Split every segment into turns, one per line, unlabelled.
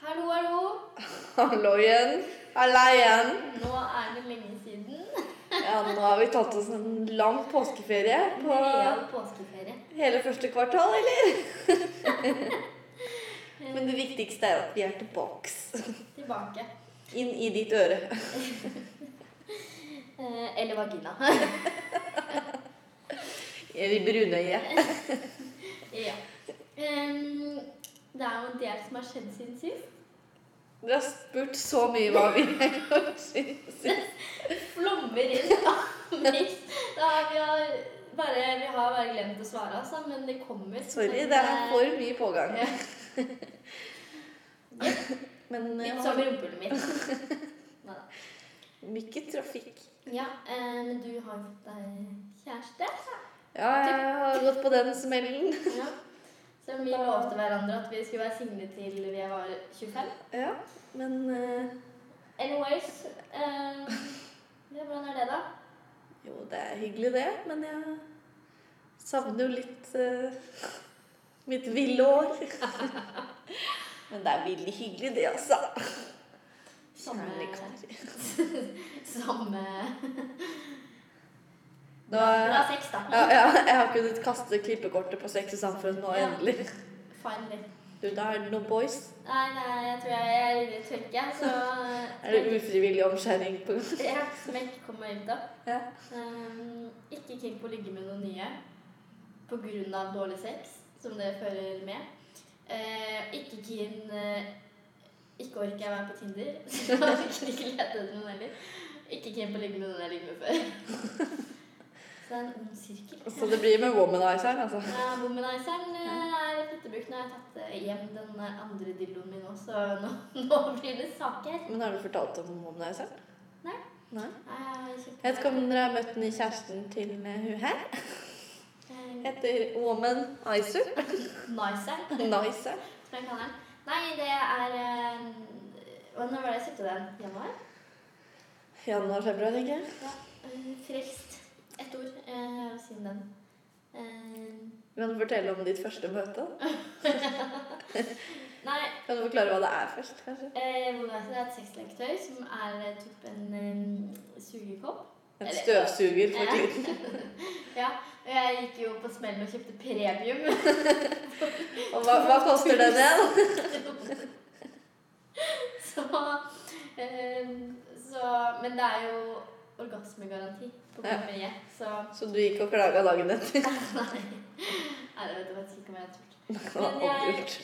Hallo, hallo.
Hallo igjen. Halla igjen.
Nå er det lenge siden.
Ja, nå har vi tatt oss en lang påskeferie på
Real påskeferie.
hele første kvartal, eller? Men det viktigste er jo at vi er tilbake.
Tilbake.
Inn i ditt øre.
Eh, eller vagina.
Eller brunøyet.
ja. Em, det er jo en del som har skjedd siden sist.
Dere har spurt så mye hva vi har syns.
Flommer inn av mail. Da har vi har bare, vi har bare glemt å svare, altså. Men det kommer.
Sorry,
som,
det er
eh,
for mye pågang.
ja,
Men eh,
Litt som rumpehullet mitt. Neida.
mye trafikk.
Ja, eh, men du har jo fått deg kjæreste.
Ja, jeg har gått på den smellen.
Ja. Som vi lovte hverandre at vi skulle være single til vi var 25.
Ja, men eh,
Anyways eh, ja, Hvordan er det, da?
Jo, det er hyggelig det, men jeg savner jo litt eh, mitt ville år. men det er veldig hyggelig det, altså. Sånn Kjærlighet.
Samme
Nå er,
Bra sex, da.
ja, ja, jeg har kunnet kaste klippekortet på Sex og samfunn nå, endelig.
Finally.
Du, da er det noen boys.
Nei, nei, jeg tror jeg er i tørke, så
Er det ufrivillig omskjæring på gang?
Ja, smekk kommer ut, da.
Ja.
Um, ikke keen på å ligge med noen nye pga. dårlig sex, som det fører med. Eh, ikke keen eh, Ikke orker jeg å være på Tinder, så jeg orker ikke lete etter noen heller. Ikke keen på å ligge med noen jeg har ligget med før. Så det er en ond sirkel.
Så det blir med womanizeren, altså.
Eh, Womanizeren eh, er litt brukt. Nå har jeg tatt eh, hjem den eh, andre dildoen min òg, så nå, nå blir det saker.
Men har du fortalt om womanizeren?
Nei.
Nei.
Eh, kjøpte-
Jeg vet ikke om dere har møtt den i kjæresten til eh, hun her.
Eh,
Heter Womanizer.
Nicer.
Nicer.
Som jeg kaller den. Nei, det er eh, Når var det jeg kjøpte den? Januar?
Januar-februar, tenker jeg.
Ja. eh, Frelst. Ett ord eh, siden den. Eh,
Kan du fortelle om ditt første møte?
Nei,
Kan du forklare hva det er først, kanskje?
eh, Womanizer er et sexleketøy som er eh, typ en eh, sugekopp.
En støvsuger for tiden.
Ja. Og jeg gikk jo på smellen og kjøpte premium.
Og hva, hva koster den igjen?
så, eh, så Men det er jo orgasmegaranti på
Ja.
kondomeriet, så
Så du gikk og klaga dagen etter?
Nei. Nei, det vet jeg faktisk ikke om jeg har turt.
Det kan man aldri gjort.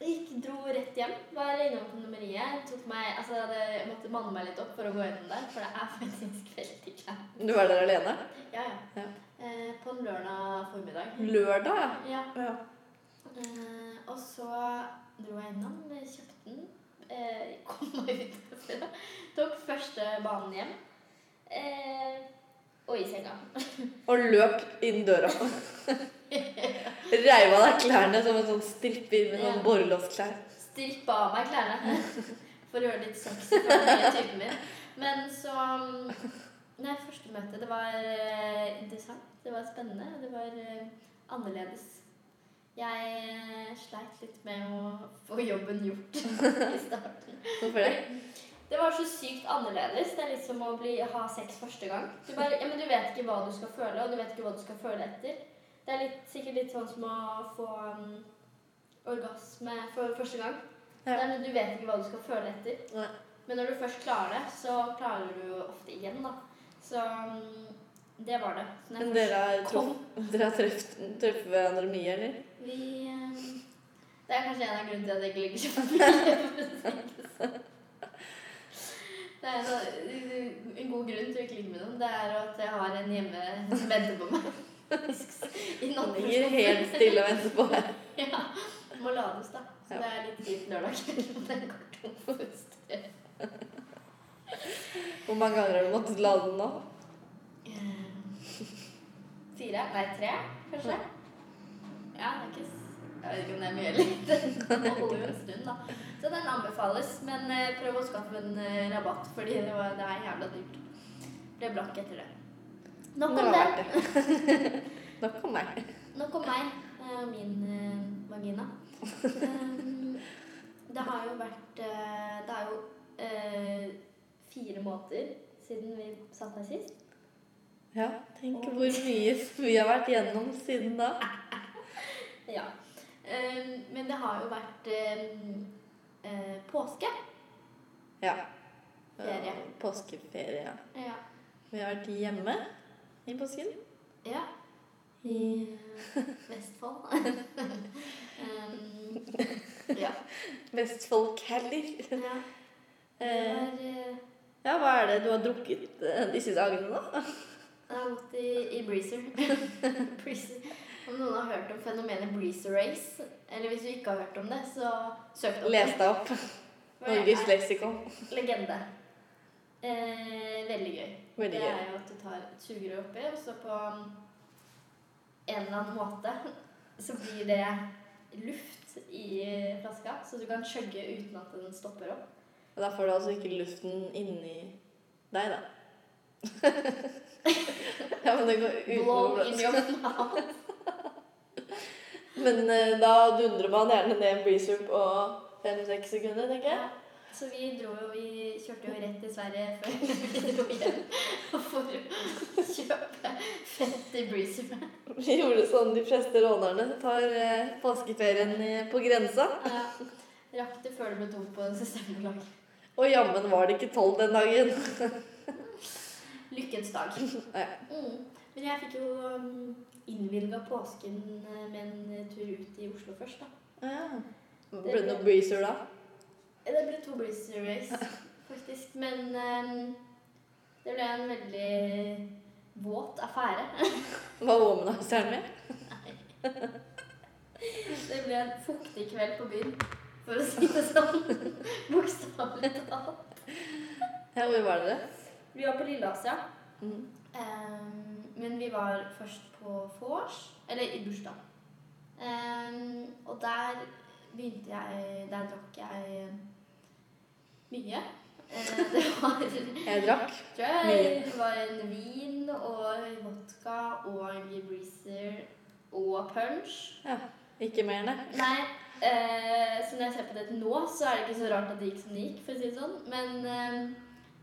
Jeg gikk, dro rett hjem, var innom kondomeriet. Tok meg, altså, jeg hadde- jeg måtte manne meg litt opp for å gå gjennom der, for det er faktisk veldig kleint.
Du var der alene?
Ja,
Ja.
ja. Eh, på en lørdag formiddag.
Lørdag, ja.
Ja.
ja.
Eh, og så dro jeg innom, kjøpte den, eh, kom meg ut derfra. Tok første banen hjem. Eh, og i senga.
Og løp inn døra. Reiv av deg klærne som en sånn stripper med sånn
Ja.
borrelåsklær.
strippa av meg klærne for å gjøre det litt sexy for den nye typen min. Men så um, Nei, første møte, det var eh, interessant. Det var spennende. og Det var eh, annerledes. Jeg eh, sleit litt med å få jobben gjort i starten.
Hvorfor det?
Det var så sykt annerledes. Det er litt som å bli, ha sex første gang. Du, bare, ja, men du vet ikke hva du skal føle, og du vet ikke hva du skal føle etter. Det er litt, sikkert litt sånn som å få um, orgasme for første gang.
Ja.
Det er når du vet ikke hva du skal føle etter.
Nei.
Men når du først klarer det, så klarer du jo ofte igjen, da. Så um, det var det. Så når jeg
Men dere har,
først
truff, dere har truffet, truffet hverandre mye, eller?
Vi um, Det er kanskje en av grunnene til at jeg ikke ligger så mye. sånn. Det er en, eh, en god grunn til å ikke ligge med noen. Det er at jeg har en hjemme som venter på meg. I
Han
natten.
ligger helt stille og venter på deg.
Ja. Må lades, da. Så
Ja.
det er litt kjipt lørdag kveld. når Den går tom for strøm.
Hvor mange ganger har du måttet lade den nå?
Eh, Fire? Nei, tre, kanskje? Ja, det er ikke s- Jeg vet ikke om det er mye eller lite. Den holder jo en stund, da. Så den anbefales. Men eh, prøv å skaffe en eh, rabatt, fordi det, var, det er jævla dyrt. Ble blakk etter det. Nok
Det
om
var
det.
verdt det. Nok om meg.
Nok om meg eh, og min eh, vagina. Um, Det har jo vært eh, Det er jo eh, fire måneder siden vi satt her sist.
Ja, tenk hvor mye vi har vært gjennom siden da.
Ja. Eh, men det har jo vært eh, eh, påske.
Ja.
Ferie.
Påskeferie. ja.
Ja.
Vi har vært hjemme i påsken.
ja. I eh, Vestfold. um, ja.
Vestfold Caller.
ja. Det
Eh,
var, eh,
ja, hva er det du har drukket eh, disse dagene, da?
Jeg har gått i, i breezer. breezer. Om noen har hørt om fenomenet breezer race, eller hvis du ikke har hørt om det, så søk opp
Les deg opp. Norges
det.
leksikon.
er Legende. Eh, veldig gøy.
Veldig
Det
gøy.
er jo at du tar et sugerør oppi, og så på en eller annen måte så blir det luft i flaska, så du kan chugge uten at den stopper opp.
Og da får du altså ikke luften inni deg, da. ja, men det går
Blow in
utenom.
your mouth.
Men eh, da dundrer man gjerne ned breezer på fem-seks sekunder, tenker jeg.
Ja. Så vi dro jo, vi kjørte jo rett til Sverige før vi dro hjem for å kjøpe 50 breezer.
Vi gjorde sånn de fleste rånerne tar eh, påskeferien i- på grensa.
Ja. Rakk det før det ble tomt på en systembolag.
Og jammen var det ikke tolv den dagen.
Lykkens dag.
Ja.
Mm. Men jeg fikk jo um, innvilga påsken eh, med en tur ut i Oslo først, da.
Ja. Ble det noe breezer da?
Eh, Det ble to breezer race, faktisk. Men em, det ble en veldig våt affære.
Var womanizeren med?
Det ble en fuktig kveld på byen, for å si det sånn. Bokstavelig talt.
Ja, hvor var dere?
Vi var på Lilleasia,
Mm.
um, men vi var først på vors, eller i bursdag. Em, og der begynte jeg Der drakk jeg eh, mye. Eh, det var
Jeg drakk.
tror jeg det var en vin og vodka og breezer og punch.
Ja. Ikke mer, nei.
Nei, eh, så når jeg ser på det nå, så er det ikke så rart at det gikk som det gikk, for å si det sånn. Men eh,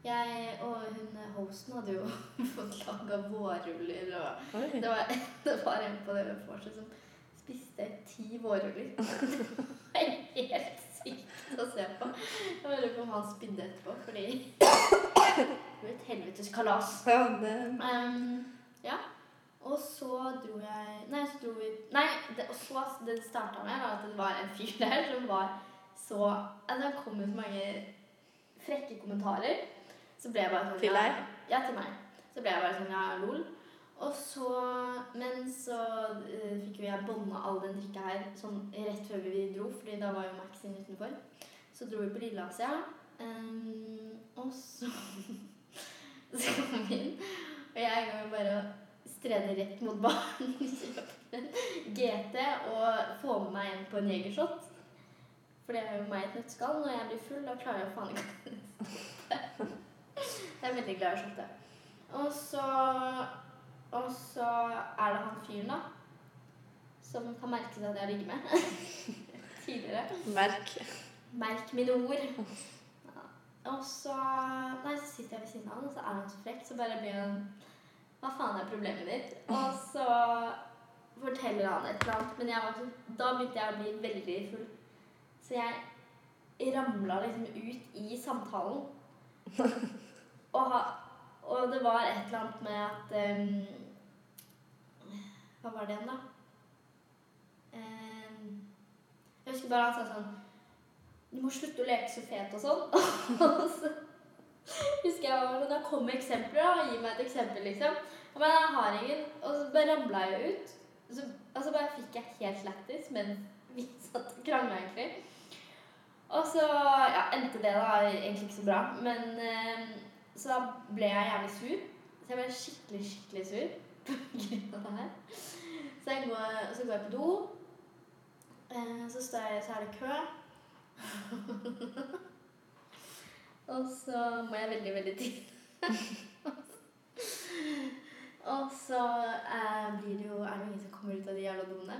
jeg og hun eh, hosten hadde jo fått laga vårruller, og
Oi.
det var, det var en på det vorset som spiste ti vårruller. Det er helt sykt å se på. Jeg lurer på om han spydde etterpå, fordi det var et helvetes kalas.
Ja, det...
Ehm, ja. Og så dro jeg Nei, så dro vi Nei, det, og så det starta med var at det var en fyr der som var så altså, Det kom jo så mange frekke kommentarer. Så ble jeg bare sånn
Til
ja,
deg?
Ja, til meg. Så ble jeg bare sånn Ja, lol. Og så Men så eh, fikk jo jeg bånda all den drikka her sånn rett før vi dro, Fordi da var jo Max inne utenfor. Så dro vi på Lilleasia, ehm, og så Så kom vi inn, og jeg går jo bare og streder rett mot baren. Kjøper en GT og får med meg en på en Jegershot. For det er jo meg i et nøtteskall. Når jeg blir full, da klarer jeg faen ikke å Jeg er veldig glad i shotte. Og så Og så er det han fyren, da. Som kan merke seg at jeg ligger med. Tidligere.
Merk.
Merk mine ord. Ja. Og så Nei, så sitter jeg ved siden av han, og så er han så frekk, så bare blir han Hva faen er problemet ditt? Og så forteller han et eller annet, men jeg var så, da begynte jeg å bli veldig full. Så jeg ramla liksom ut i samtalen. Og, ha- og det var et eller annet med at ehm, Hva var det igjen, da? Ehm, jeg husker bare han sa sånn du må slutte å leke så fet og sånn. Og så husker jeg var sånn, da kom eksempler, da. Gi meg et eksempel, liksom. Og men jeg har ingen. Og så bare ramla jeg ut. Så, og så bare fikk jeg helt lættis, men vi satt og krangla egentlig. Og så ja, endte det da egentlig ikke så bra. Men eh, så da ble jeg jævlig sur. Så jeg ble skikkelig, skikkelig sur på grunn av det her. Så jeg går, og så går jeg på do. Eh, så står jeg, så er det kø. Og så må jeg veldig, veldig til. og så eh, blir det jo, er det jo ingen som kommer ut av de jævla doene.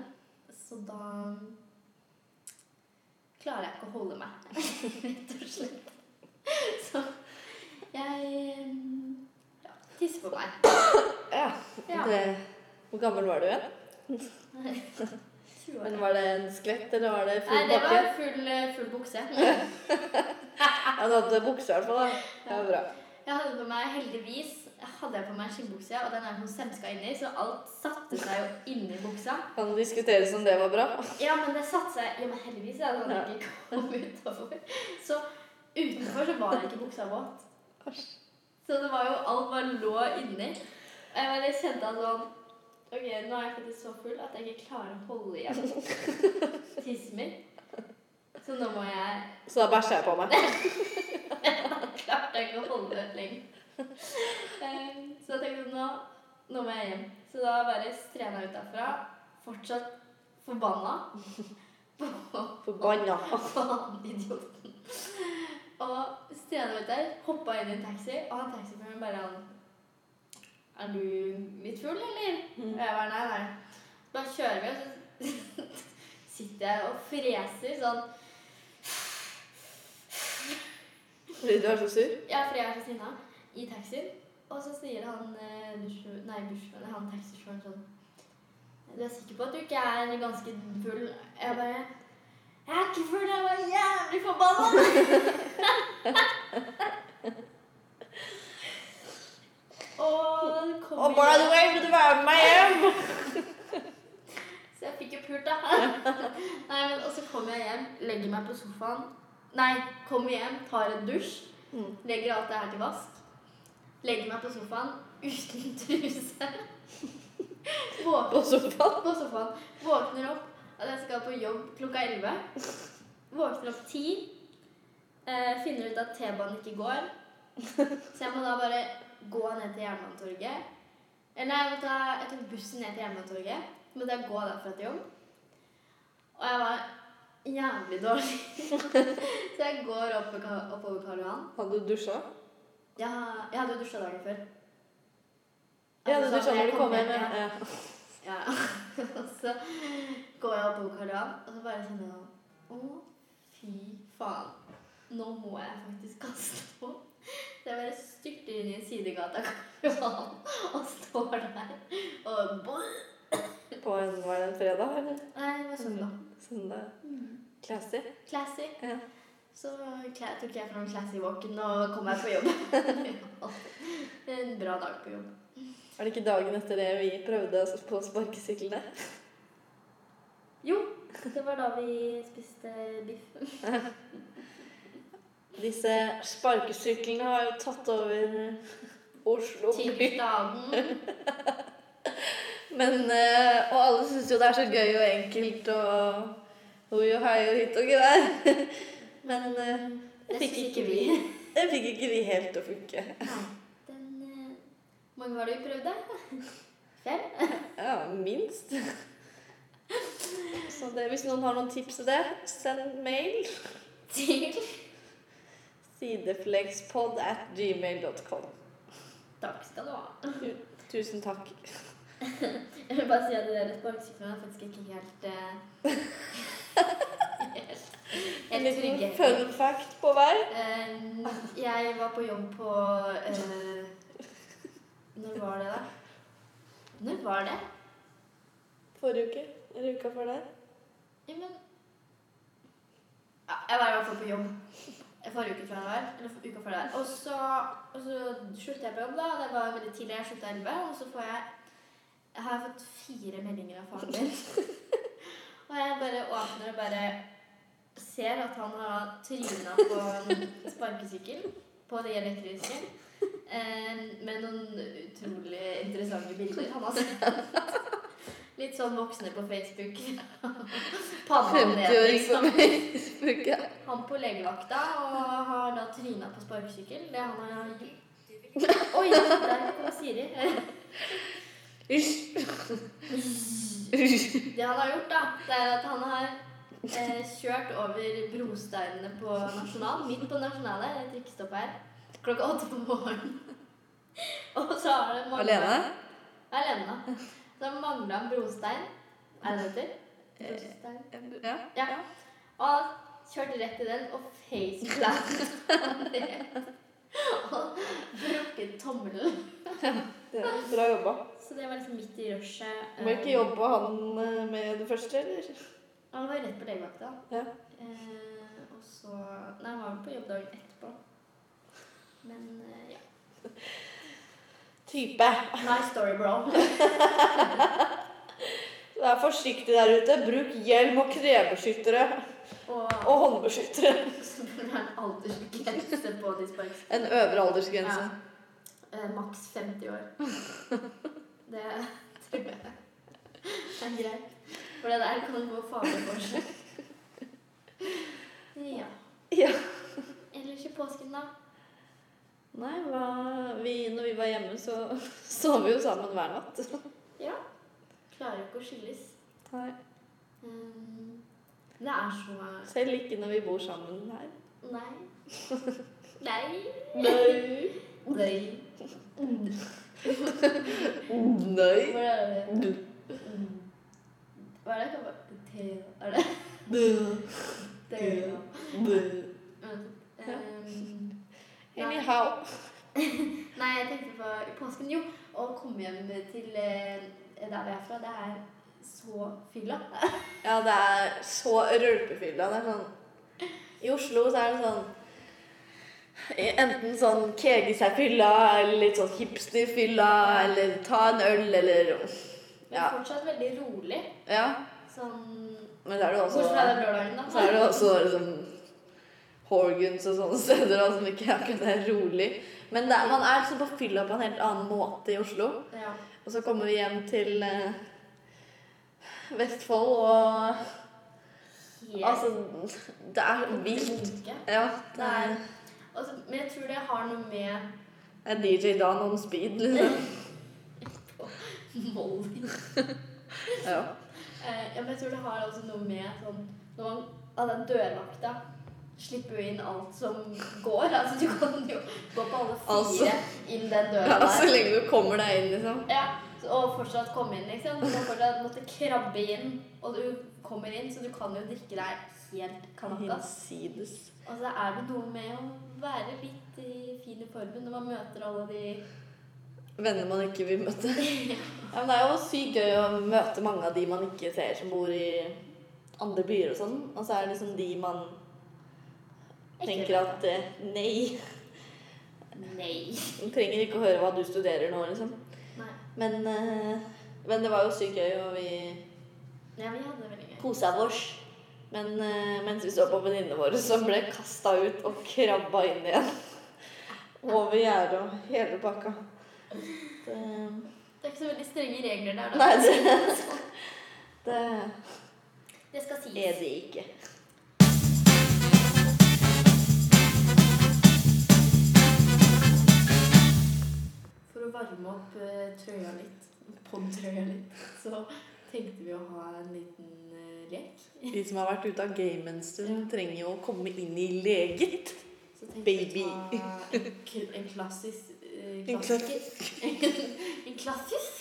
Så da klarer jeg ikke å holde meg, rett og slett. Så jeg mm, ja, tisser på meg.
Ja.
Ja.
Det, hvor gammel var du igjen?
Tror jeg.
Men Var det en skvett, eller var det
Nei,
full
det
pakke?
var full, full bukse.
Han hadde bukse i hvert fall. da. Det var bra.
Jeg hadde på meg, heldigvis, hadde jeg på meg skinnbukse, og den er sånn semska inni, så alt satte seg jo inni buksa.
Kan diskuteres om det var bra.
Ja, men det satte seg Ja, men heldigvis hadde den
Ja.
ikke kommet utover. Så utenfor så var ikke buksa våt. Så det var jo alt bare lå inni. Og Jeg bare kjente at sånn Ok, nå er jeg faktisk så full at jeg ikke klarer å holde igjen tissen min. Så nå må jeg
Så da bæsja jeg på meg.
klarte jeg ikke å holde det lenger. Eh, Så jeg tenkte nå, nå må jeg hjem. Så da bare strena ut derfra. Fortsatt forbanna på
Forbanna.
faen idioten. Og strena ut der, hoppa inn i en taxi, og han taxiføreren bare han Er du litt full, eller? Og jeg bare nei, nei. Så bare kjører vi, og så sitter jeg og freser sånn
Fordi du er så sur?
Ja, fordi jeg er så sinna. I taxien. Og så sier han eh, bussjå- Nei, bussjåføren, han taxisjåføren sånn Du er sikker på at du ikke er ganske full? Jeg bare Jeg er ikke full, jeg var jævlig forbanna! og den kom
Oh, by the
igjen.
way, vil du være med meg hjem?
Så jeg fikk jo pult, da. Nei, men, og så kommer jeg hjem, legger meg på sofaen. Nei, kommer hjem, tar en dusj.
Mm.
Legger alt det her til vask. Legger meg på sofaen uten truse. Våkner
På sofaen.
på sofaen. Våkner opp at jeg skal på jobb klokka 11. Våkner opp 10. Eh, finner ut at T-banen ikke går. Så jeg må da bare gå ned til Jernbanetorget. Eller nei, jeg, ta, jeg tok bussen ned til Jernbanetorget. Så måtte jeg gå derfra til jobb. Og jeg var jævlig dårlig. Så jeg går opp, oppover Karl Johan.
Hadde du dusja?
Jeg, har- jeg hadde jo dusja dagen før.
Ja, du
Altså,
dusja når
jeg
du kom hjem.
ja.
Ja.
Ja. Og så går jeg oppover Karl Johan, og så bare kjenner jeg sånn Å, fy faen. Nå må jeg faktisk kaste på. Så jeg bare styrter inn i en sidegate av Karl Johan og står der og boing.
Ja. På en, var det en fredag eller
Nei, det var sånn, da.
søndag? Classy.
Classy.
Ja.
Så kla- tok jeg fram classy walken og kom meg på jobb. en bra dag på jobb.
Er det ikke dagen etter det vi prøvde oss på sparkesyklene?
Jo, det var da vi spiste biff.
Disse sparkesyklene har jo tatt over eh, Oslo by.
Tirsdagen.
Men, eh, og alle syns jo det er så gøy og enkelt og hoi og hei og hit og gevær. Men eh, det
Det
fikk
syns
ikke vi. Det fikk ikke vi helt til å funke.
Nei, den eh, mange var det vi prøvde? Fem?
Ja, minst. Så det, hvis noen har noen tips til det, send mail.
Til
Sideflekspod at gmail.com.
Takk skal du ha.
Tusen takk.
Jeg vil bare si at det der sparkesyklene er faktisk ikke helt eh, Helt,
En
helt
liten
trygge.
fun fact på vei.
Eh, jeg var på jobb på eh, Når var det, da? Når var det?
Forrige uke. Eller uka før der.
Ja, men ja, Jeg var i hvert fall på jobb forrige uke før jeg var Eller for- uka før der. Og så, og så sluttet jeg på jobb, da. Det var veldig tidlig. Jeg slutta elleve. Og så får jeg Jeg har fått fire meldinger av faren min. og jeg bare åpner og bare ser at han har tryna på en sparkesykkel. På de elektriske. Eh, med noen utrolig interessante bilder han har sett. Litt sånn voksne på Facebook. Panna ned,
50-åring på
liksom.
Facebook. ja.
Han på legevakta og har da tryna på sparkesykkel. Det han har Oi, der kom Siri.
Hysj. Hysj.
Det han har gjort, da, det er at han har eh, kjørt over brosteinene på Nasjonal, midt på Nasjonale, et trikkestopp her, klokka åtte på morgenen. Og så har det manglet-
Alene?
Alene. da. Så har mangla en brostein. Er det det heter? Brostein.
Ja.
Ja. Og kjørte rett i den og faceplant. og brukket tommelen.
Det er bra jobba.
Så det var liksom midt i rushet.
Må ikke jobbe han eh, med det første, eller?
Han var jo rett på legevakta.
Ja.
Eh, og så Nei, han var jo på jobb dagen etterpå. Men eh, ja.
Type.
My story, bro.
Vær forsiktig der ute. Bruk hjelm og knebeskyttere.
Og
Og håndbeskyttere.
så burde det være en aldersgrense på de sparkene.
En øvre aldersgrense.
Eh, Maks 50 år. Det tror jeg er greit. For det der kan gå farlig for seg. Ja.
Ja.
Ellers i påsken, da?
Nei, hva, vi, når vi var hjemme, så sov vi jo sammen hver natt.
Ja. Klarer ikke å skilles.
Nei.
Mm. Det er så
Selv ikke når vi bor sammen her.
Nei. Nei.
Nei.
Nei.
Nei.
Hvordan er det? Mm. Hva er det? jeg kan bare- Te- Er det? Te- Men, ehm, nei.
Anyhow.
Nei, jeg tenkte på i påsken. Jo, å komme hjem til eh, der vi er fra, det er så fylla.
Ja, det er så rølpefylla. Det er sånn I Oslo så er det sånn Enten sånn kege seg-fylla, eller litt sånn hipster-fylla, eller ta en øl, eller
Men
Ja.
fortsatt veldig rolig.
ja.
Sånn
Men så er det også
Bortsett fra den lørdagen, da.
Altså, Så er det også liksom Horgans og sånne steder da, som ikke akkurat er rolig. Men det er, man er liksom på fylla på en helt annen måte i Oslo.
Ja.
Og så kommer vi hjem til eh, Vestfold, og
Helt
altså Det er vilt.
like.
Ja,
Det er- Og så- Men jeg tror det har noe med
det er DJ Dan on speed, liksom.
Molly
Ja.
Eh, ja, men jeg tror det har også noe med sånn Når man av den dørvakta slipper jo inn alt som går. Altså, du kan jo gå på alle fire
Altså.
inn den
ja, altså, liksom.
døra
Så
der.
lenge du kommer deg inn, liksom.
Ja, så- og fortsatt komme inn, liksom. Du må fortsatt måtte krabbe inn, og du kommer inn, så du kan jo drikke deg helt kanakkas.
Hinsides.
Og så er det noe med å være litt i fin i formen når man møter alle de
Venner man ikke vil møte. Ja, men det er jo sykt gøy å møte mange av de man ikke ser som bor i andre byer og sånn. Og så er det liksom de man tenker at eh, Nei,
Nei.
hun trenger ikke å høre hva du studerer nå, liksom.
Nei.
Men, eh, men det var jo sykt gøy, og vi
Ja, vi hadde det veldig gøy.
kosa oss. Men eh, mens vi så på venninnene våre, som ble kasta ut og krabba inn igjen. Over gjerdet og hele pakka. Det,
Det er ikke så veldig strenge regler der, da.
nei, det, det
Det skal sies.
er det ikke.
For å varme opp eh, trøya litt, poddtrøya litt, så tenkte vi å ha en liten eh, lek.
De som har vært ute av game en stund, trenger jo å komme inn i leget.
Så tenkte
Baby.
vi å ta en, kl- en klassisk eh,
En
klassiker. En klassisk?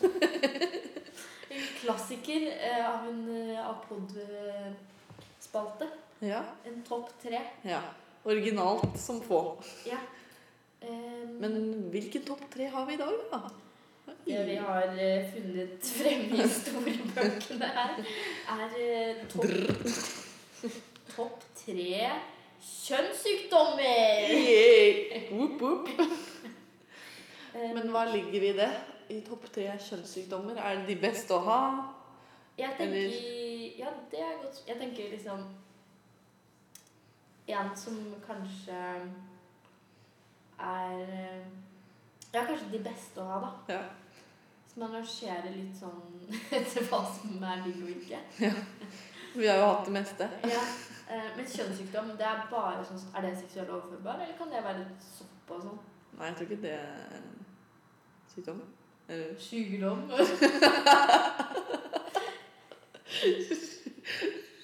En klassiker eh, av en eh, av poddspalte.
Ja.
En topp tre.
ja. Originalt som få.
Eh,
Men hvilken topp tre har vi i dag, da?
det vi har eh, funnet frem i historiebøkene her, er eh, topp Topp tre kjønnssykdommer!
Yay! Whoop, whoop.
Eh,
Men hva ligger i det? I topp tre kjønnssykdommer? Er det de beste å ha?
Eh, Jeg tenker Ja, det er godt Jeg tenker liksom En som kanskje er eh, Ja, kanskje de beste å ha, da.
Ja.
Som man rangerer litt sånn etter hva som er digg og ikke.
Vi har jo hatt det meste.
Ja. eh, Men kjønnssykdom, det er bare sånn Er det seksuelt overførbar, eller kan det være litt sopp og sånn?
Nei, jeg tror ikke det er en sykdom. Eller
Sykdom?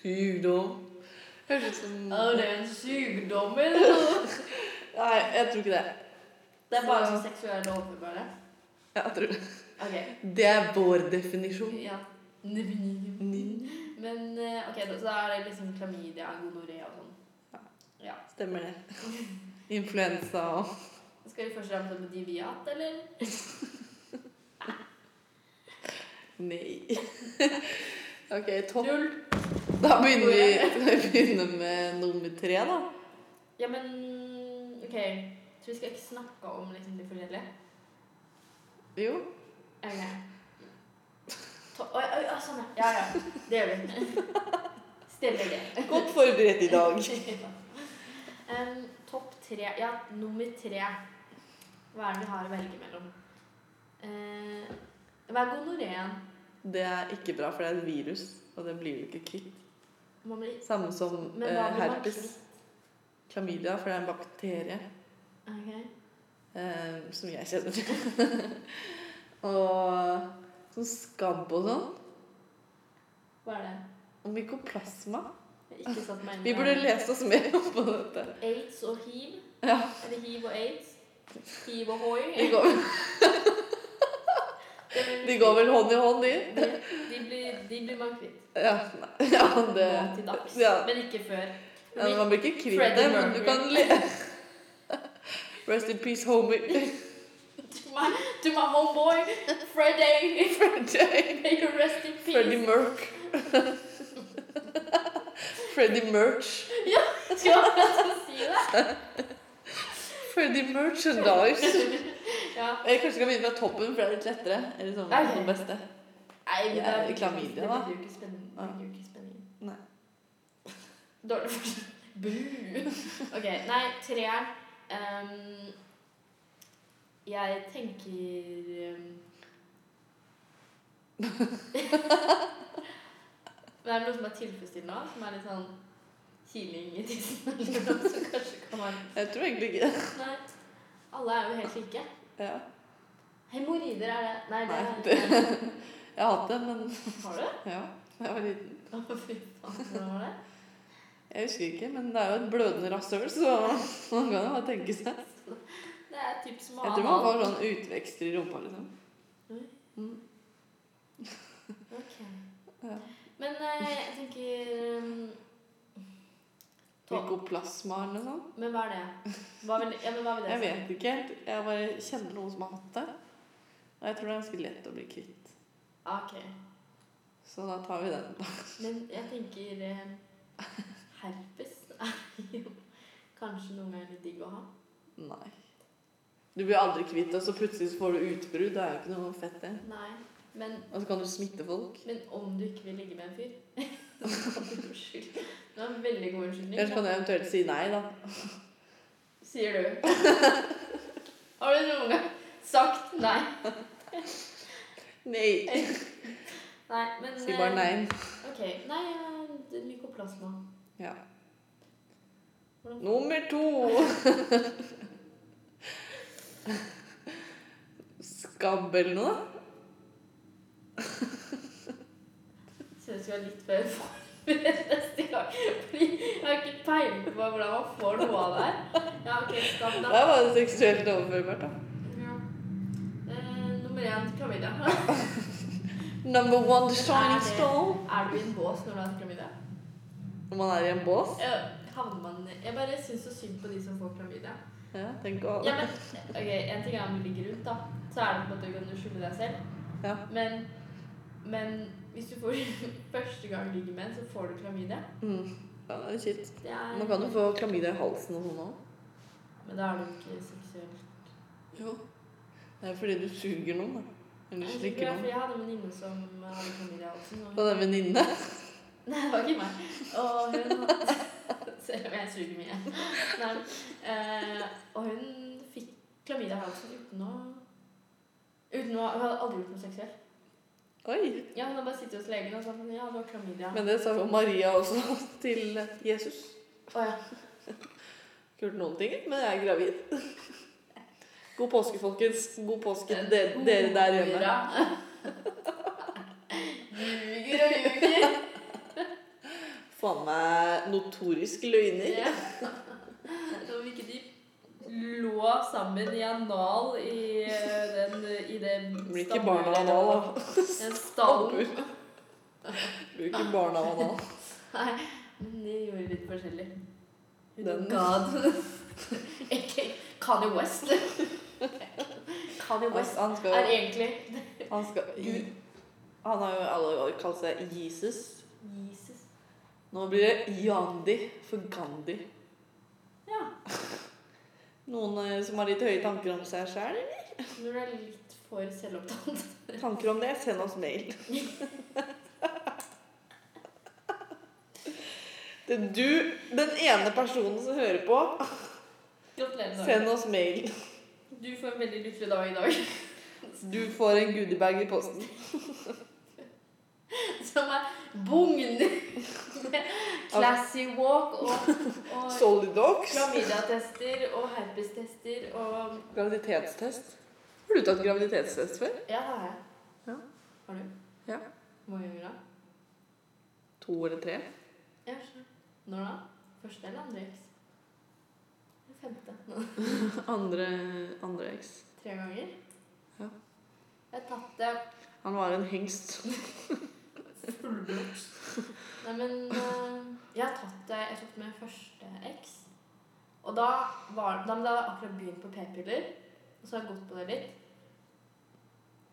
Sykdom. Høres ut som
Er det en sykdom, eller?
Nei, jeg tror ikke det.
Det er bare sånn seksuelt overførbare?
Jeg tror det.
OK.
Det er vår definisjon.
Ja. Men Men eh, ok, så, så da er det liksom klamydia, gonoré og sånn.
Stemmer det. Influensa og
Skal vi først ramse opp de vi har hatt, eller?
Nei. OK, topp.
Tull!
Da begynner vi skal vi begynne med nummer tre, da.
Ja, men ok. Jeg tror vi skal ikke snakke om liksom, de forskjellige.
Jo.
Er vi med? To- Oi, oi, oi, sånn, ja. Ja, ja. Det gjør vi. Stemmer det.
Godt forberedt i dag.
Em, Topp tre Ja, nummer tre. Hva er det vi har å velge mellom? Eh, hva er gonoréen?
Det er ikke bra, for det er et virus, og det blir du ikke kvitt.
Man blir
Samme som
Men hva
eh,
blir man
herpes. Klamydia, for det er en bakterie
Ok.
eh, som jeg kjenner til. og sånn skabb og sånn.
Hva er det?
Og mykoplasma.
Jeg har ikke satt meg inn i
Vi burde
det.
lese oss mer opp på dette.
Aids og hiv.
Ja.
Eller hiv og aids. Hiv og hoi.
De går, de går vel hånd i hånd, de.
De, de, blir, de blir man kvitt.
Ja, nei, ja det
Nå til dags.
ja.
Men ikke før.
Ja, Man blir ikke kvitt det,
Freddie
men du
Mercury.
kan le. Rest in peace, homie.
To my, to my homeboy, Freddy.
Freddie
May you rest in peace.
Freddie Merc. Freddie Merch.
Ja, jeg skal si det.
Freddie Merchandise.
Ja.
Jeg kanskje skal begynne fra toppen, for det er litt lettere. Eller sånn,
Ok.
den beste.
Nei, men
Ja,
det er
klamydia,
det
da.
blir jo ikke spenning. Det
Ja.
blir jo ikke spenning.
Nei.
Dårlig forskjell. Bu! Ok, nei, treeren. Ehm, jeg tenker ehm, Men er det noe som er tilfredsstillende òg? Som er litt sånn kiling i tissen? Eller noe som kanskje kan være
Jeg tror egentlig ikke det.
Nei. Alle er jo helt like.
Ja.
Hemoroider er det Nei, det
Nei,
er
det- Jeg har hatt det, men
Har du?
ja. Jeg var liten.
Å, fy faen. Hvordan var det?
Jeg husker ikke, men det er jo et blødende rasshøl, så man kan jo bare tenke seg.
Det er typ som å
Jeg
ha
tror man
anal.
får sånn utvekster i rumpa, liksom.
Ok.
Ja.
Men eh, jeg tenker um, Tom.
Mykoplasma eller noe sånt.
Men hva er det? Hva vil, ja, men hva vil det
Jeg vet ikke helt. Jeg bare kjenner noen som har hatt det. Og jeg tror det er ganske lett å bli kvitt.
Ah, Ok.
Så da tar vi den.
Men jeg tenker eh, herpes er jo kanskje noen ganger litt digg å ha.
Nei. Du blir aldri kvitt det, og så plutselig så får du utbrudd. Det er jo ikke noe fett, det.
Nei. Men,
Og så kan du smitte folk.
men om du ikke vil ligge med en fyr så kan du Unnskyld. Det var en veldig god
Eller så
unnskyldning.
kan du eventuelt si nei, da.
da. Sier du. Har du noen gang sagt nei?
Nei.
Nei, men
Si bare
eh,
nei.
Ok, nei, eh, det er mykoplasma.
Ja.
Hvordan-
Nummer to. Skabb eller noe?
Synes vi er litt bedre forberedt neste gang. Fordi jeg har ikke peiling på hvordan man får noe av det her. Ja, ok, skam
Det
da.
var jo seksuelt overførbart, da.
Ja. Eh, nummer én, klamydia.
Number one, the
Er
shining
det-
stone.
Er du i en bås når du har klamydia?
Når man er i en bås.
Eh, Havner man Jeg bare syns så synd på de som får klamydia.
Ja, tenk å
Ja, men ok, En ting er om du ligger rundt, da. Så er det på en måte kan du skylde deg selv.
Ja.
Men, men hvis du får første gang du ligger med en, så får du klamydia.
Mm. Ja, det er shit.
Det er
Man kan jo få klamydia i halsen og sånn òg.
Men da er du ikke seksuell.
Jo. Det er fordi du suger noen, da. Eller
Jeg
slikker
tror
noen.
det er fordi jeg hadde en venninne som hadde klamydia i halsen.
Og det er venninne.
Nei, det var ikke meg. Og hun Selv om jeg suger mye. Nei. Eh, og hun fikk klamydia i halsen uten å Uten å, Hun hadde aldri gjort noe seksuelt.
Oi.
Ja, Hun hadde bare sittet hos legen og sagt ja, det var klamydia.
Men det sa jo Maria også til Jesus.
Å ja.
Ikke gjort noen ting, men jeg er gravid. God påske, folkens. God påske til dere,
God
dere der hjemme.
jula. Ljuger og ljuger.
Faen meg notorisk løgner.
Ja. Så om ikke de lå sammen i anal i eh, den i det
Det blir ikke
stammen-
barna nå, da.
Den stallen.
Bruker barna og banan.
Nei, men de gjorde det litt forskjellig.
Den.
God. Ikke Kanye West. Kanye
Han,
West
han
er
skal
egentlig
Han skal
Gud.
Han har jo alle år kalt seg Jesus.
Jesus.
Nå blir det Gandhi for Gandhi.
Ja.
Noen eh, som har litt høye tanker om seg sjæl?
Når du er litt for selvopptatt.
Tanker om det, send oss mail. Det er du, den ene personen som hører på,
Gratulerer. Norge.
send oss mail.
Du får en veldig lykkelig dag i dag.
Du får en goodiebag i posten.
Som er bugn. Classy walk og, og
Solidox.
klamydiatester og herpestester og
Graviditetstest. Har du tatt graviditetstest før?
Ja, det har jeg.
Ja.
Har du?
Ja.
Hvor mange ganger da?
To eller tre?
Ja, skjønner. Når da? Første eller andre eks? Femte.
Andre, andre eks.
Tre ganger?
Ja.
Jeg har tatt det
Han var en hengst.
fullblått. Nei, men eh, Jeg har tatt det Jeg tok med første X. Og da var da, men da hadde jeg akkurat begynt på p-piller, og så har jeg gått på det litt.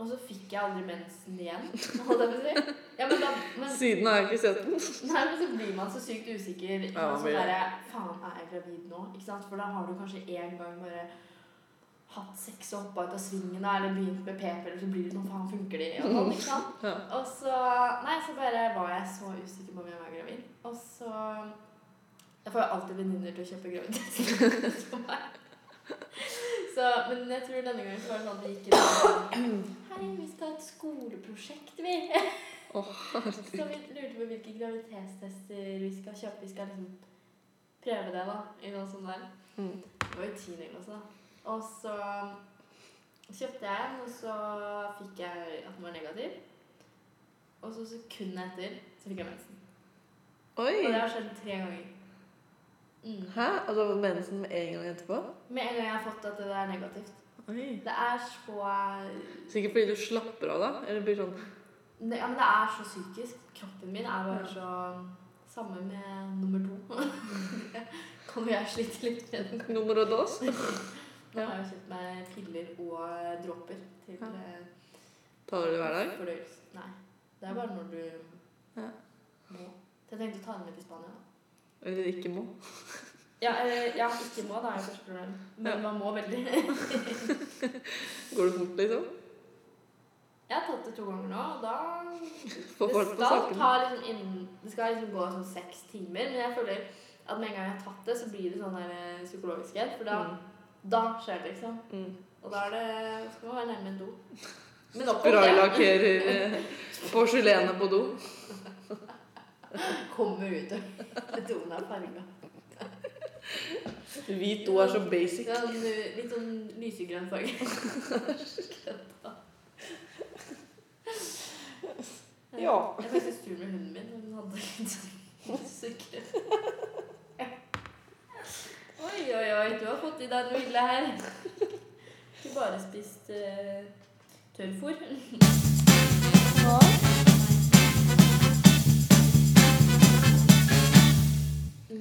Og så fikk jeg aldri mensen igjen, holdt jeg på å si. Ja, men da, men,
Siden har jeg ikke sett den.
nei, men så blir man så sykt usikker. Ja,
Ja, man
sånn
blir det.
derre Faen, er jeg gravid nå? Ikke sant? For da har du kanskje en gang bare hatt sex og hoppa ut av svingen, da, eller begynt med p-piller, så blir det sånn Faen, funker de? Og sånn, ikke sant?
Ja.
Og så Nei, så bare var jeg så usikker på om jeg var gravid. Og så Jeg får jo alltid venninner til å kjøpe graviditetstest for meg. Så, men jeg tror denne gangen så var det sånn at vi gikk i sånn, Hei, vi skal ha et skoleprosjekt, vi.
Åh,
så vi lurte på hvilke graviditetstester vi skal kjøpe. Vi skal liksom prøve det, da. I noe sånt der.
Mm.
Det var jo tiende klasse, da. Og så kjøpte jeg en, og så fikk jeg at den var negativ. Og så sekundet etter så fikk jeg mensen. Og
Oi!
det har skjedd tre ganger. Mm.
Hæ? Og du har fått mensen med en gang etterpå?
Med en gang jeg har fått at det er negativt.
Oi.
Det er så
Sikkert fordi du slapper av da? Eller blir sånn
Ne- Ja, men det er så psykisk. Kroppen min er bare
Ja.
så Samme med nummer to. Kommer jeg sliter litt med den.
nummer og dos?
Nå har jeg kjøpt meg piller og dråper til
Ja.
eh,
Tar du det hver dag?
Fordøyelse. Nei. Det er bare når du
Ja.
må. Så jeg tenkte å ta den med til Spania. da.
Eller ikke må?
Ja, eller, ja, ikke må, da er jo første problem. Men
Ja.
man må veldig.
Går det fort, liksom?
Jeg har tatt det to ganger nå, og da
Får
Det
fart på
skal,
sakene?
ta liksom innen, det skal liksom gå sånn seks timer, men jeg føler at med en gang jeg har tatt det, så blir det sånn der eh, psykologisk hjelp. For da, da skjer det, liksom.
Mm.
Og da er det, skal man være nærme en do. Men nok om det.
Braillakkerer eh, porselenet på do?
Kommer ut og doen er farga.
Hvit do er så basic.
Ja, nu- litt sånn lysegrønn farge.
Ja.
Jeg var faktisk tur med hunden min, og hun hadde litt sånn lysegrønn. Oi, oi, oi, du har fått i deg noe ille her. Ikke bare spist uh, tørrfôr.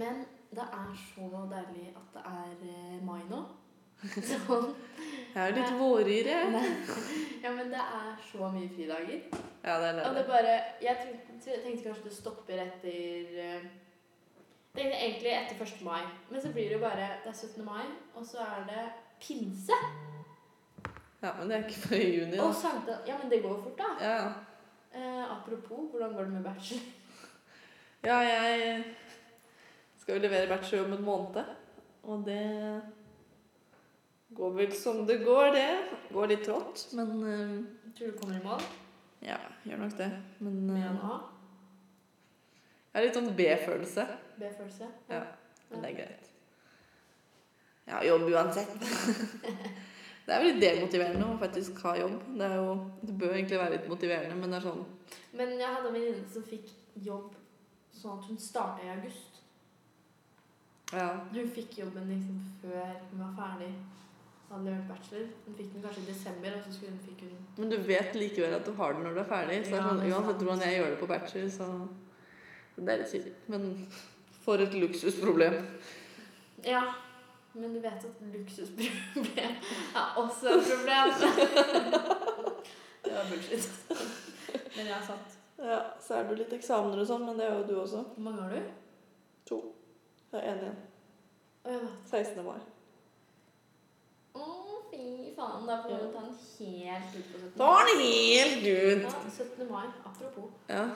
Men det er så deilig at det er eh, mai nå. Sånn.
Jeg er litt vårigere.
Ja, men det er så mye fridager.
Ja, det er
Og
det.
det bare Jeg tenkte, jeg tenkte kanskje det stopper etter eh, Jeg tenkte egentlig etter 1. mai, men så blir det jo bare Det er 17. mai, og så er det pinse.
Ja, men det er ikke før i juni, da.
Og sankthans Ja, men det går fort, da.
Ja.
Eh, apropos, hvordan går det med bachelor?
Ja, jeg skal jo levere bachelor om en måned. Og det går vel som det går, det. Går litt trått, men eh,
Tror du kommer i mål
Ja, gjør nok det. Men
med
eh,
en A?
jeg har litt sånn B-følelse.
B-følelse?
Ja. Men det er greit. Jeg har jobb uansett. Det er veldig demotiverende å faktisk ha jobb. Det, er jo, det bør egentlig være litt motiverende, men det er sånn
Men jeg hadde en venninne som fikk jobb sånn at hun starta i august.
Ja.
Hun fikk jobben liksom før hun var ferdig. Og hadde jeg vært bachelor. Hun fikk den kanskje i desember, og så skulle hun fikk hun
Men du vet likevel at du har den når du er ferdig. Så det er
Ja,
sånn,
det er sant.
uansett hvordan jeg gjør det på bachelor, så så Det er litt kjipt. Men for et luksusproblem.
Ja, men du vet at luksusproblem er også et problem. det var bullshit. Men ja, sant.
Ja, så er det jo litt eksamener og sånn, men det er jo du også.
Hvor mange har du?
To. Det er én igjen.
Å, ja.
16. mai.
Å, fy faen. Da får du ta den helt ut på 17.
Da var den helt
Ja,
gud!
17. mai, apropos.
Ja.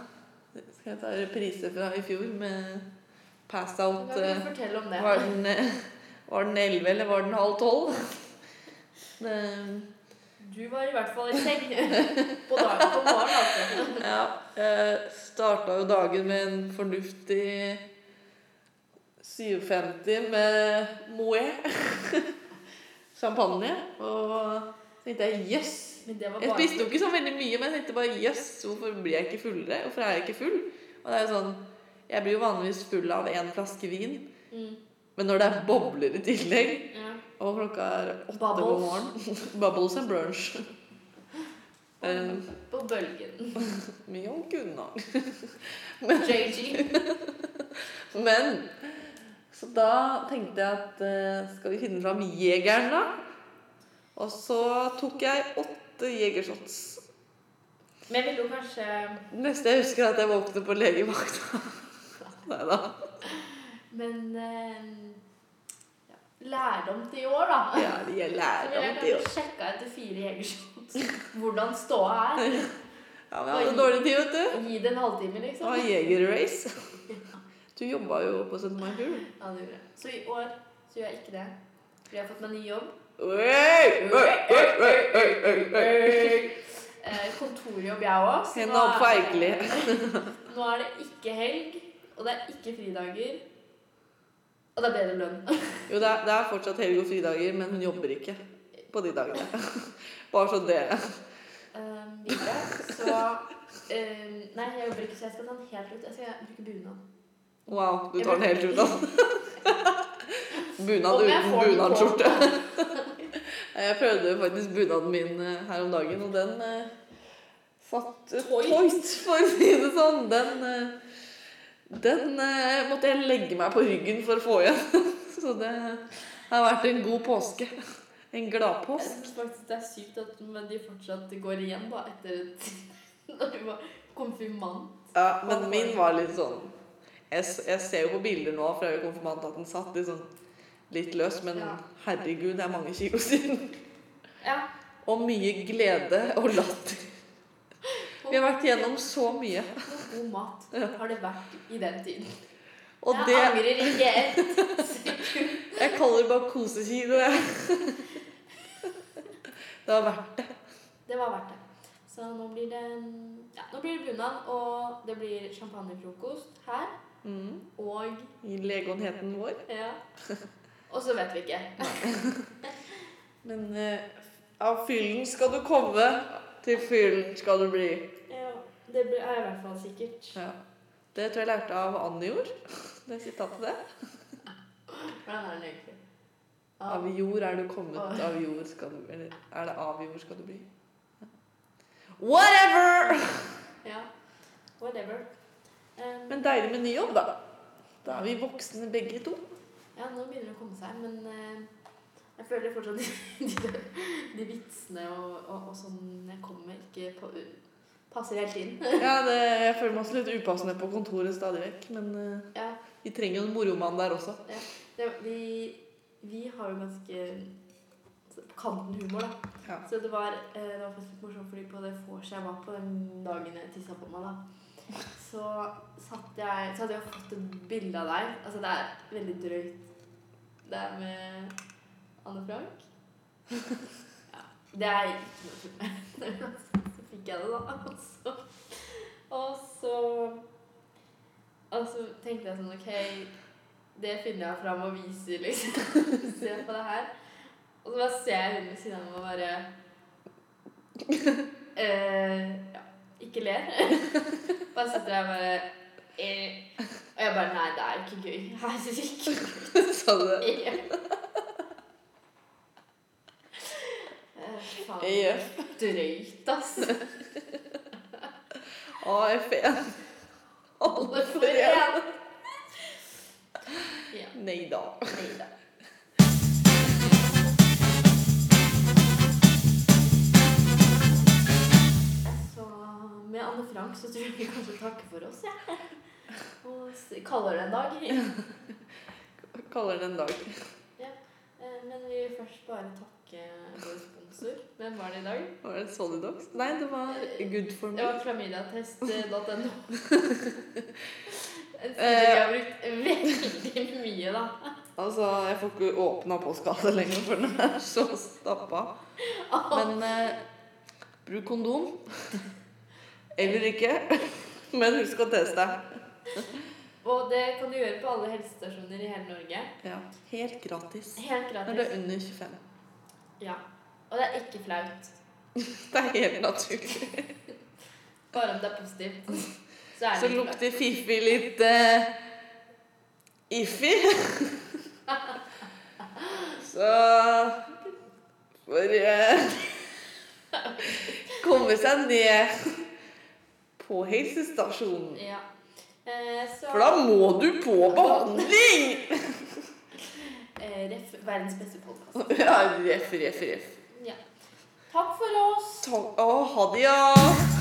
Skal jeg ta reprise fra i fjor med pass out
Kan ikke
eh,
du fortelle om det?
Var den, eh, var den 11 eller var den halv 12? Det,
Du var i hvert fall i seng på dagen på morgenen. Altså.
ja, eh, starta jo dagen med en fornuftig 57 med Moët. Champagne. Og så tenkte jeg jøss.
Men det var
Jeg
bare
spiste jo ikke så veldig mye, men jeg tenkte bare jøss, hvorfor blir jeg ikke fullere? Hvorfor er jeg ikke full? Og det er jo sånn, jeg blir jo vanligvis full av én flaske vin,
Mm,
men når det er bobler i tillegg
ja.
Og klokka er åtte på
Bubbles.
morgenen. Bubbles and brunch. Eh,
På bølgen.
Mye om Gunnar.
JG.
Men Så da tenkte jeg at eh, skal vi finne fram jegeren, da? Og så tok jeg åtte jegershots.
Men jeg ville jo kanskje
Det neste jeg husker, er at jeg våkner på legevakta. Nei da.
Men eh, ja. lærdom til i år, da.
Ja, jeg
Så
lærer
ville
om
jeg
det jo.
kanskje sjekka etter fire jegershots hvordan ståa er.
Ja, men jeg hadde dårlig tid, vet du.
Gi det en halvtime,
Det
liksom.
var jegerrace. Du jobba jo på 17. mai Fugl.
Ja, det gjorde jeg. Så i år så gjør jeg ikke det. For jeg har fått meg ny jobb.
Oi, oi, oi, oi, oi, oi, oi.
Eh, kontorjobb, jeg òg.
Henda opp for Eikeli.
Nå er det ikke helg, og det er ikke fridager. Og det er bedre lønn.
Jo, det er, det er fortsatt helg og fridager, men hun jobber ikke på de dagene. Bare så det.
Eh, videre, så eh, Nei, jeg jobber ikke, så jeg skal ta den helt ut. Jeg skal bruke bunad.
Wow, du tar den helt ut av Bunad
Om jeg
uten
får den på.
bunadsskjorte. Jeg prøvde faktisk bunaden min eh, her om dagen, og den eh, satt eh,
Toit.
toit, for å si det sånn. Den, eh, den eh, måtte jeg legge meg på ryggen for å få igjen. Så det har vært en god påske. En
Jeg
gladpåsk.
synes faktisk det er sykt at men de fortsatt går igjen da etter et Når de var konfirmant.
Ja, men min var litt sånn Jeg, s- jeg ser jo på bilder nå fra jeg var konfirmant at den satt litt sånn litt løs, men
Ja.
herregud, det er mange kilo siden.
Ja.
Og mye glede og latter. Vi har vært gjennom så mye.
Og god mat har det vært i den tiden.
Og
jeg
det
angrer ikke ett sekund.
Jeg kaller det bare kosekilo, jeg. Det har vært det.
Det var verdt det. Så nå blir det ja, nå blir det bunad, og det blir champagnefrokost her.
Mm.
Og
I legeåndheten vår.
ja. Og så vet vi ikke.
Men eh, av fyllen skal du komme, til fyllen skal du bli.
Ja, det blir- er i hvert fall sikkert.
Ja. Det tror jeg lærte av Anne Jord. Det sitatet der.
Hvordan er den egentlig?
Av
Ja.
jord er du kommet,
Av-
av jord skal du Eller er det av jord skal du bli? Whatever!
ja. Whatever. Um,
Men deilig med ny jobb, da. Da er vi voksne begge to.
Ja, nå begynner det å komme seg, men eh, jeg føler fortsatt de, de, de vitsene og, og, og sånn jeg kommer, ikke på, passer helt inn.
Ja, det, Jeg føler meg også litt upassende på kontoret stadig vekk, men eh,
Ja,
vi trenger jo en moromann der også.
det, vi, vi har jo ganske på kanten humor, da.
Ja.
Så det var, eh, det var faktisk litt morsomt, fordi på det vorset jeg var på den dagen jeg tissa på meg, da, så, satt jeg, så hadde jeg fått et bilde av deg. Altså, det er veldig drøyt. Det er med Anne Frank. Ja, det er ikke noe tull med. Så fikk jeg det, da. Og så, og så, og så tenkte jeg sånn OK, det finner jeg fram og viser, liksom. Se på det her. Og så bare ser jeg hun ved siden av meg og bare eh, Ja, ikke ler. Bare sitter der og bare eh. Og jeg bare Nei, det er ikke gøy. Herregud.
Så det,
Ja.
Jøff.
Drøyt, ass.
AF1. E Alle for én.
én. Ja.
Nei da.
Neida. Så med Anne Frank så tror jeg vi kanskje takker for oss, jeg. Og s- kaller det en dag.
Kaller det en dag.
Eh, Men vi vil først bare takke vår sponsor. Hvem var det i dag?
Var det Solidox? Nei, det var Good for
Det
me.
var eh, klamydiatest.no. En side vi
Eh.
har brukt veldig mye, da.
Altså, jeg får ikke åpna postkassa lenger, for den er så stappa. Men eh, bruk kondom. Eller ikke. Men husk å teste.
Og det kan du gjøre på alle helsestasjoner i hele Norge.
Ja. Helt gratis.
Helt
Når du
gratis.
er under 25.
Ja. Og det er ikke flaut.
Det er helt naturlig.
Bare om det er positivt. Så er
Så
det ikke flaut.
lukter Fifi litt eh, iffy. Så For eh, komme seg ned på helsestasjonen.
Ja. Eh, så
For da må du på behandling!
eh, ref, Verdens beste podkast.
Ja, ref, ref, ref.
Ja. Takk for oss.
Ta- Å, ha det, ja.